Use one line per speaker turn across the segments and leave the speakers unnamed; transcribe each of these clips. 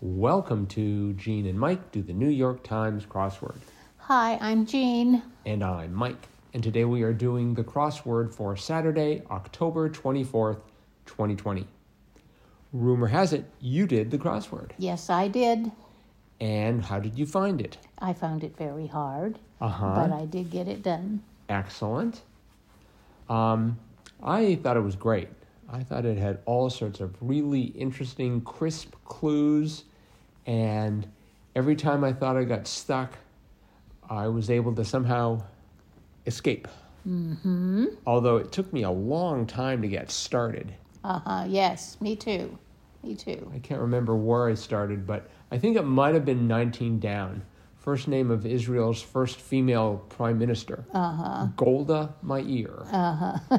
Welcome to Gene and Mike do the New York Times crossword.
Hi, I'm Jean.
And I'm Mike. And today we are doing the crossword for Saturday, October 24th, 2020. Rumor has it you did the crossword.
Yes, I did.
And how did you find it?
I found it very hard,
Uh huh.
but I did get it done.
Excellent. Um, I thought it was great. I thought it had all sorts of really interesting, crisp clues. And every time I thought I got stuck, I was able to somehow escape. Mm-hmm. Although it took me a long time to get started.
Uh huh. Yes, me too. Me too.
I can't remember where I started, but I think it might have been 19 down. First name of Israel's first female prime minister, uh-huh. Golda Meir. Uh-huh.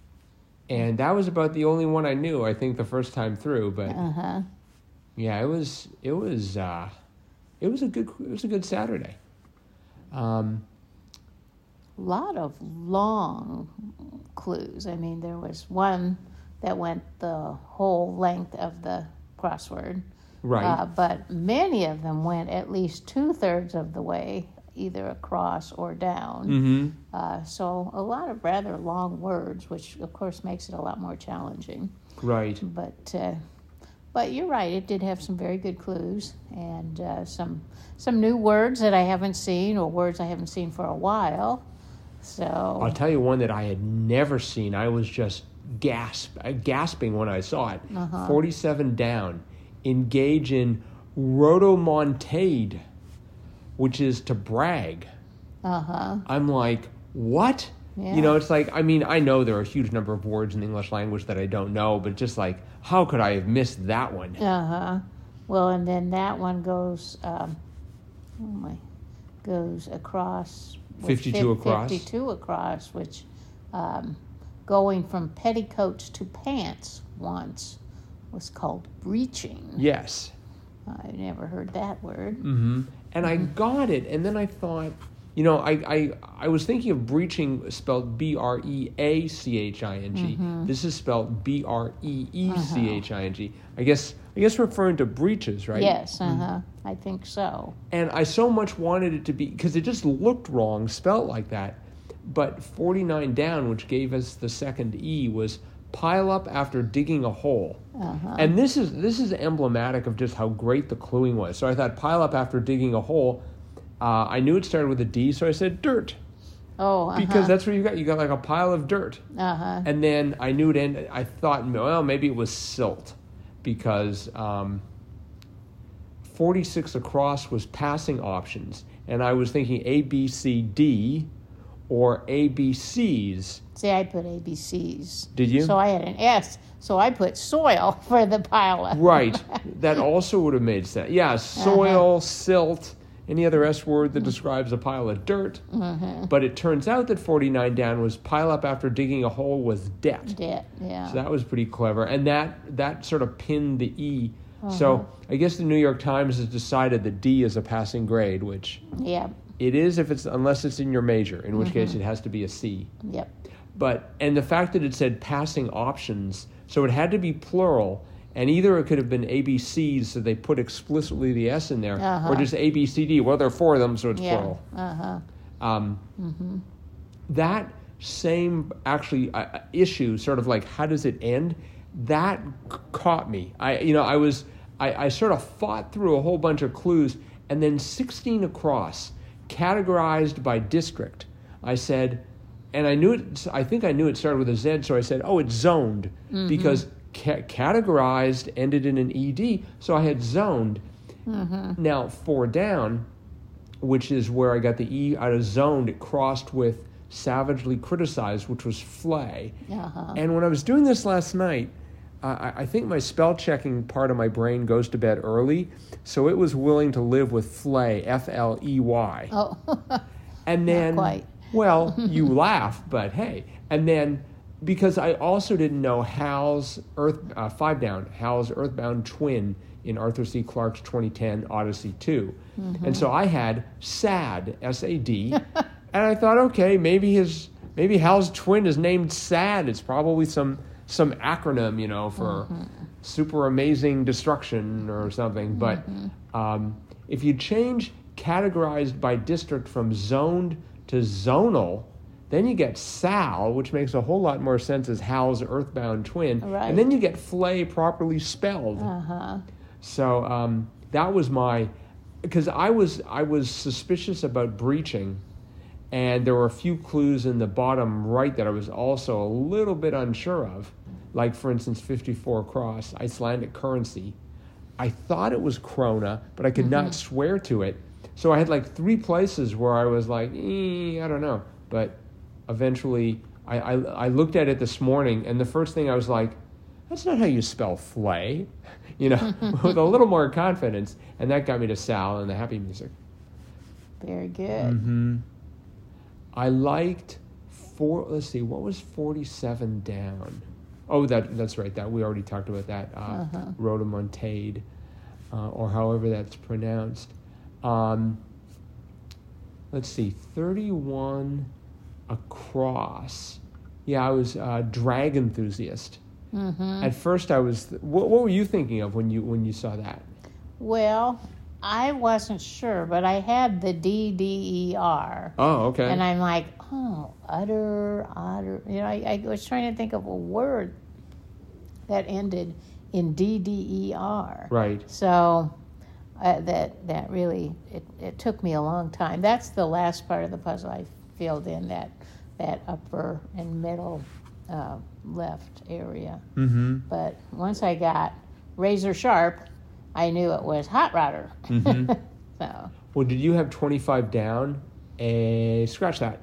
and that was about the only one I knew. I think the first time through, but
Uh-huh.
yeah, it was it was uh, it was a good it was a good Saturday. Um,
lot of long clues. I mean, there was one that went the whole length of the crossword.
right,
Uh, but many of them went at least two thirds of the way, either across or down.
mm-hmm.
Uh, so a lot of rather long words, which of course makes it a lot more challenging.
right,
But uh, but you're right; it did have some very good clues and uh, some some new words that I haven't seen or words I haven't seen for a while.
I'll
So
tell you one that I had never seen. I was just gasp, uh, gasping when I saw it. 47 down. Engage in rodomontade, which is to brag.
uh huh,
I'm like, what?
Yeah.
You know, it's like, I mean, I know there are a huge number of words in the English language that I don't know, but just like, how could I have missed that one?
uh huh. Well, and then that one goes um, oh my goes across with
52
fif-
across.
fifty two across, which um, going from petticoats to pants once was called breaching.
Yes.
I never heard that word.
hmm And I got it, and then I thought, you know, I I, I was thinking of breaching spelled B R E A C H I N G. This is spelled B R E E C H I N G. I guess I guess referring to breaches, right? Hmm.
Yes, uh huh. I think so.
And I so much wanted it to be because it just looked wrong, spelt like that. But forty nine down, which gave us the second E, was pile up after digging a hole. And this is this is emblematic of just how great the cluing was. So I thought pile up after digging a hole. Uh, I knew it started with a D, so I said dirt
Oh, uh-huh. uh
because that's what you got. You got like a pile of dirt.
huh.
And then I knew it ended. I thought, well, maybe it was silt because um, 46 across was passing options. And I was thinking A, B, C, D or A, B, C's.
See, I put ABCs.
Did you?
So I had an S. So I put soil for the pileup.
Right. that also would have made sense. Yeah, soil, silt, any other S word that describes a pile of dirt. But it turns out that 49 down was pile up after digging a hole was debt.
Debt, yeah.
So that was pretty clever, and that that sort of pinned the E.
Uh-huh.
So I guess the New York Times has decided that D is a passing grade, which
yep,
it is if it's unless it's in your major, in which
Mm-hmm.
case it has to be a C.
yep.
But and the fact that it said passing options, so it had to be plural, and either it could have been ABCs, so they put explicitly the S in there, or
Uh-huh.
just ABCD. Well, there are four of them, so it's
Yeah.
plural.
Uh huh.
Um, That same actually uh, uh, issue, sort of like how does it end, that c- caught me. I you know I was I, I sort of fought through a whole bunch of clues, and then 16 across, categorized by district. I said, and I knew it. I think I knew it started with a Z, so I said, oh, it's zoned because ca- categorized ended in an ed, so I had zoned. Now four down which is where I got the E out of zoned. It crossed with savagely criticized, which was flay.
Uh huh.
And when I was doing this last night, I, I think my spell checking part of my brain goes to bed early, so it was willing to live with flay, F L E Y.
Oh,
And then,
quite.
well, you laugh, but hey. And then, because I also didn't know Hal's Earth uh, Five Down, Hal's Earthbound twin in Arthur C. Clarke's 2010 Odyssey 2, and so I had Sad S A D, and I thought, okay, maybe his maybe Hal's twin is named Sad. It's probably some some acronym, you know, for super amazing destruction or something. But um, if you change categorized by district from zoned to zonal, then you get Sal, which makes a whole lot more sense as Hal's Earthbound twin,
Right.
and then you get Flay properly spelled.
Uh huh.
So um, that was my because I was I was suspicious about breaching, and there were a few clues in the bottom right that I was also a little bit unsure of, like for instance, fifty four cross Icelandic currency. I thought it was krona, but I could not swear to it. So I had like three places where I was like, eh, I don't know. But eventually, I, I I looked at it this morning, and the first thing I was like, that's not how you spell flay, you know, with a little more confidence. And that got me to Sal and the happy music.
Very good.
Mm-hmm. I liked four, let's see, what was 47 down? Oh, that that's right, that we already talked about that. Uh,
Uh-huh.
Rodomontade, uh, or however that's pronounced. Um, let's see, 31 across. Yeah, I was uh, drag enthusiast.
Mm-hmm.
At first, I was. What, what were you thinking of when you when you saw that?
Well, I wasn't sure, but I had the D D E R,
Oh, okay.
and I'm like, oh, utter, utter. You know, I, I was trying to think of a word that ended in D D E R.
right.
So uh, that that really it, it took me a long time. That's the last part of the puzzle I filled in that that upper and middle uh, left area.
Mm-hmm.
But once I got razor sharp, I knew it was hot rodder.
Mhm.
so
Well, did you have twenty five down? Eh, scratch that.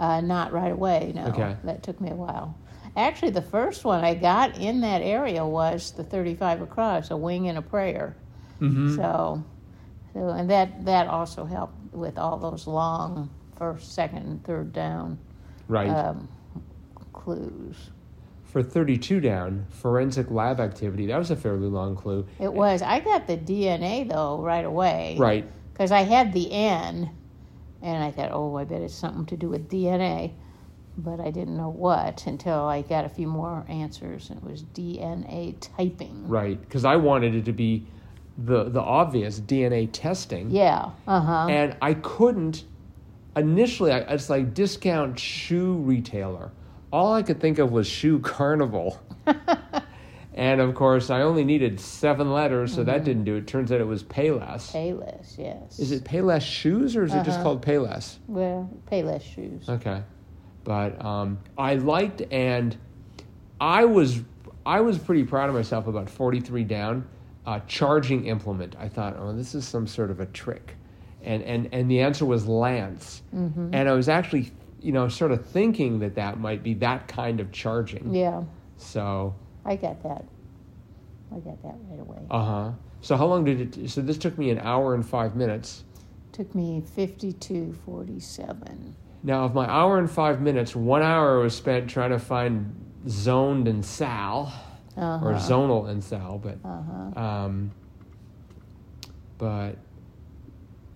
uh, not right away. No,
Okay.
that took me a while. Actually, the first one I got in that area was the 35 across, a wing and a prayer.
Mm-hmm.
So, so and that that also helped with all those long first, second, and third down
right.
um, clues.
For thirty two down, forensic lab activity. That was a fairly long clue.
It was I got the DNA though right away,
Right.
Because I had the N, and I thought, oh, I bet it's something to do with DNA, but I didn't know what until I got a few more answers, and it was DNA typing.
Right. Because I wanted it to be the the obvious DNA testing.
Yeah. Uh huh.
and I couldn't. Initially, I, it's like discount shoe retailer. All I could think of was shoe carnival, and of course, I only needed seven letters, so that didn't do it. Turns out it was Payless.
Payless, yes.
Is it Payless shoes or is it just called Payless?
well Payless shoes?
Okay, but um, I liked and I was I was pretty proud of myself about forty three down uh, charging implement. I thought, oh, this is some sort of a trick, and and and the answer was lance, and I was actually you know sort of thinking that that might be that kind of charging.
yeah.
So
I got that. I got that right away.
uh huh. So how long did it? So this took me an hour and five minutes.
Took me fifty-two forty-seven.
Now, of my hour and five minutes, one hour was spent trying to find zoned and Sal. or
Uh-huh.
zonal and cell, but
Uh-huh.
um, but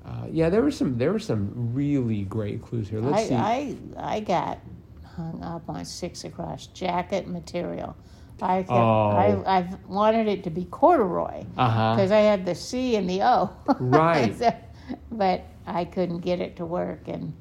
uh, yeah, there were some there were some really great clues here. Let's see.
I, I I got hung up on six across jacket material. I kept,
Oh.
I I wanted it to be corduroy
uh huh.
because I had the C and the O.
Right.
So- but I couldn't get it to work, and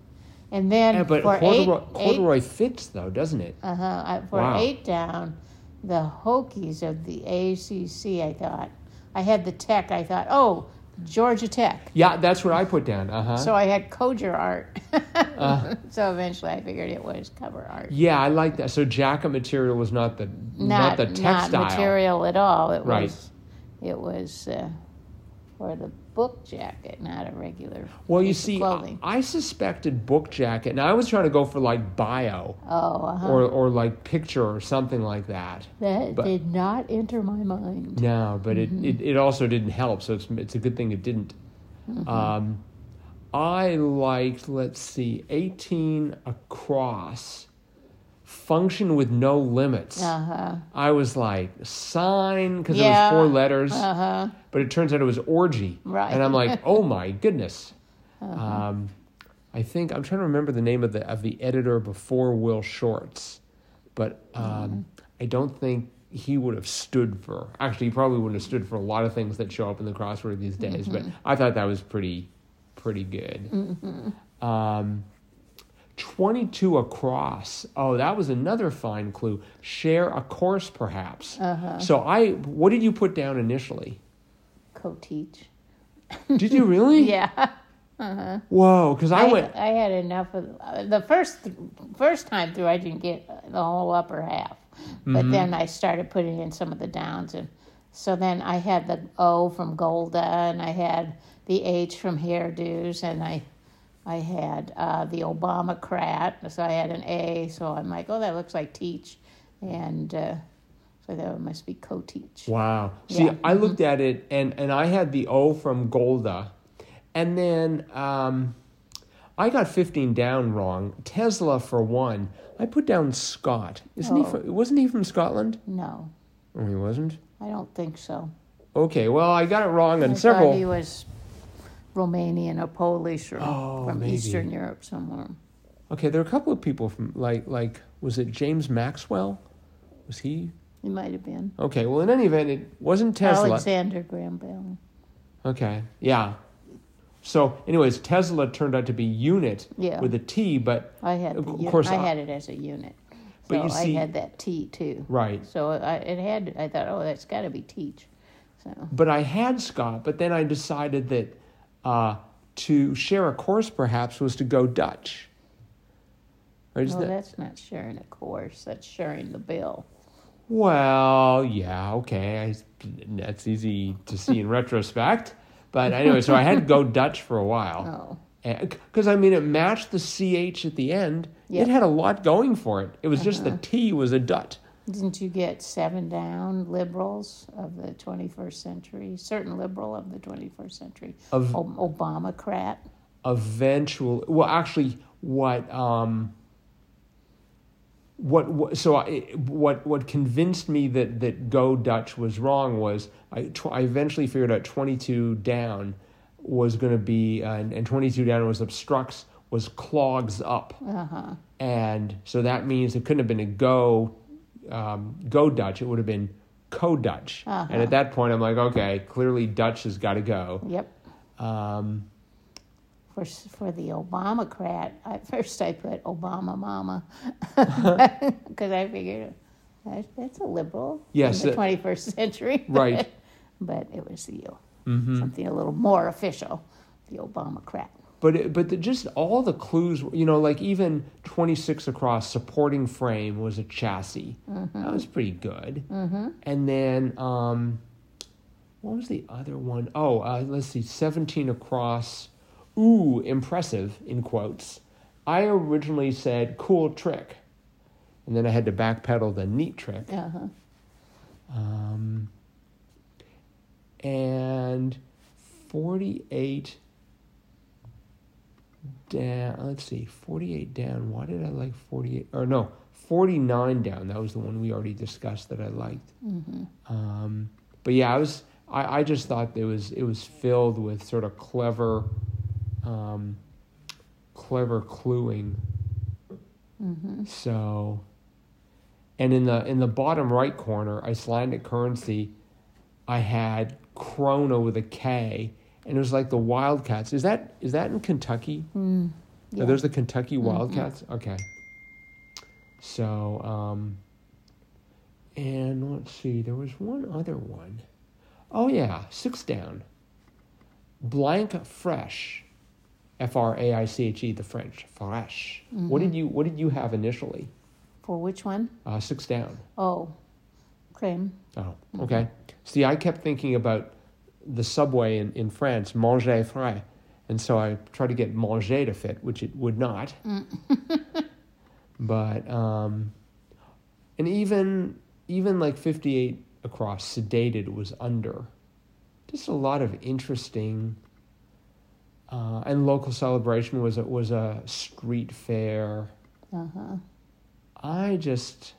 and then
Yeah, but
for
corduroy,
eight, eight
corduroy fits though, doesn't it?
Uh-huh. I, for
Wow.
eight down, the Hokies of the ACC, I thought. I had the Tech, I thought, oh, Georgia Tech.
Yeah, that's what I put down. Uh huh.
So I had Coger art.
Uh-huh.
So eventually I figured it was cover art.
yeah, I like that. So jacket material was not the not, the textile.
Not material at all. It
Right.
was, it was uh, for the book jacket, not a regular
Well, you
piece of
see, I,
clothing.
I suspected book jacket. Now I was trying to go for like bio
oh, uh-huh.
uh, or or like picture or something like that.
that
but-
did not enter my mind.
No, but it, it,
Mm-hmm.
it also didn't help, so it's, it's a good thing it didn't.
Mm-hmm.
Um, I liked, let's see, 18 across, function with no limits.
Uh-huh.
I was like, sign, because
Yeah.
it was four letters,
Uh-huh.
but it turns out it was orgy.
Right.
And I'm like, oh my goodness. Um, I think, I'm trying to remember the name of the, of the editor before Will Shorts, but um, I don't think he would have stood for. Actually, he probably wouldn't have stood for a lot of things that show up in the crossword these days, but I thought that was pretty, pretty good. Um, 22 across. Oh, that was another fine clue. Share a course, perhaps. So I, what did you put down initially?
co-teach.
Did you really?
Yeah.
Whoa, because I,
I,
went,
I had enough of uh, the first first time through. I didn't get the whole upper half,
Mm-hmm.
but then I started putting in some of the downs, and so then I had the O from Golda, and I had the H from hairdos, and I I had uh, the Obamacrat, so I had an A. So I'm like, oh, that looks like teach, and uh, so that must be co-teach.
Wow. See,
Yeah.
I looked at it and, and I had the O from Golda. And then um, I got 15 down wrong. Tesla for one. I put down Scott. Isn't he
Oh.
from, wasn't he from Scotland?
No,
Oh, he wasn't.
I don't think so.
Okay, well, I got it wrong on
I
several.
thought he was Romanian or Polish or
Oh,
from
maybe.
Eastern Europe somewhere.
Okay, there are a couple of people from like like was it James Maxwell? Was he?
He might have been
Okay, well, in any event, it wasn't Tesla.
Alexander Graham Bell.
Okay. Yeah. So, anyways, Tesla turned out to be unit
Yeah.
with a T, but
I had
Of
the uni-
course,
I
I-
had it as a unit,
But
so
you see-
I had that T too.
right.
So I, it had. I thought, oh, that's got to be teach. So
But I had Scott, but then I decided that uh, to share a course perhaps was to go Dutch. Right?
no,
Isn't that,
that's not sharing a course. That's sharing the bill.
well, yeah, okay. I, that's easy to see in retrospect. But anyway, so I had to go Dutch for a while.
Oh,
because I mean, it matched the ch at the end.
Yeah. Uh-huh.
It had a lot going for it. It was just the t was a dut.
didn't you get seven down liberals of the 21st century? Certain liberal of the 21st century.
Of-
Ob- Obamacrat.
Eventually, well, actually, what um, what, what so I, what what convinced me that that go Dutch was wrong was I tw- I eventually figured out twenty two down was going to be uh, and, and twenty two down was obstructs was clogs up.
Uh huh.
and so that means it couldn't have been a go um, go Dutch. It would have been co Dutch. And at that point, I'm like, okay, clearly Dutch has got to go.
Yep.
Um,
for for the Obamacrat, at first I put Obama Mama because I figured that, that's a liberal
Yes,
in
it-
the twenty first century,
Right. Mm-hmm.
but it was the something a little more official, the Obamacrat.
but it, but the, just all the clues, you know, like even 26 across supporting frame was a chassis. That was pretty good. And then um, what was the other one? Oh, uh, let's see, 17 across. Ooh, impressive in quotes. I originally said cool trick, and then I had to backpedal the neat trick.
Uh huh.
Um, and 48 down. Let's see, 48 down. Why did I like 48? Or no, 49 down. That was the one we already discussed that I liked. Um, but yeah, I was. I, I just thought it was it was filled with sort of clever, um, clever cluing. So, and in the in the bottom right corner, Icelandic currency, I had krona with a K, and it was like the Wildcats. Is that is that in Kentucky?
yeah.
Are those the Kentucky Wildcats? Okay. So, um, and let's see, there was one other one. Oh yeah, six down. Blank fresh, F R A I C H E, the French fresh. What did you What did you have initially?
For which one?
Uh, six down.
Oh, cream.
Oh, okay. See, I kept thinking about the subway in, in France, manger frais, and so I tried to get manger to fit, which it would not. but um, and even even like fifty eight across, sedated was under. Just a lot of interesting. Uh, and local celebration was a, was a street fair.
Uh huh.
I just,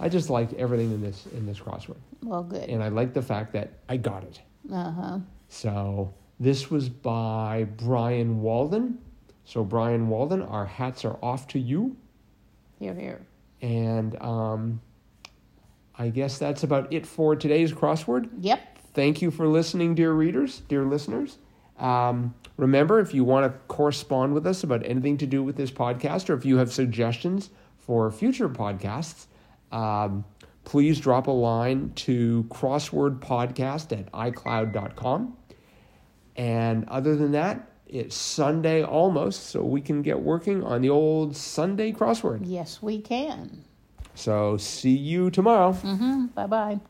I just liked everything in this in this crossword
Well, good.
and I like the fact that I got it.
Uh huh.
So this was by Brian Walden. So Brian Walden, our hats are off to you.
Here, here.
And um, I guess that's about it for today's crossword.
Yep.
Thank you for listening, dear readers, dear listeners. Um, remember, if you want to correspond with us about anything to do with this podcast, or if you have suggestions for future podcasts, um, please drop a line to crosswordpodcast at icloud.com. And other than that, it's Sunday almost, so we can get working on the old Sunday crossword.
Yes, we can. Mm-hmm.
So see you tomorrow.
Bye bye.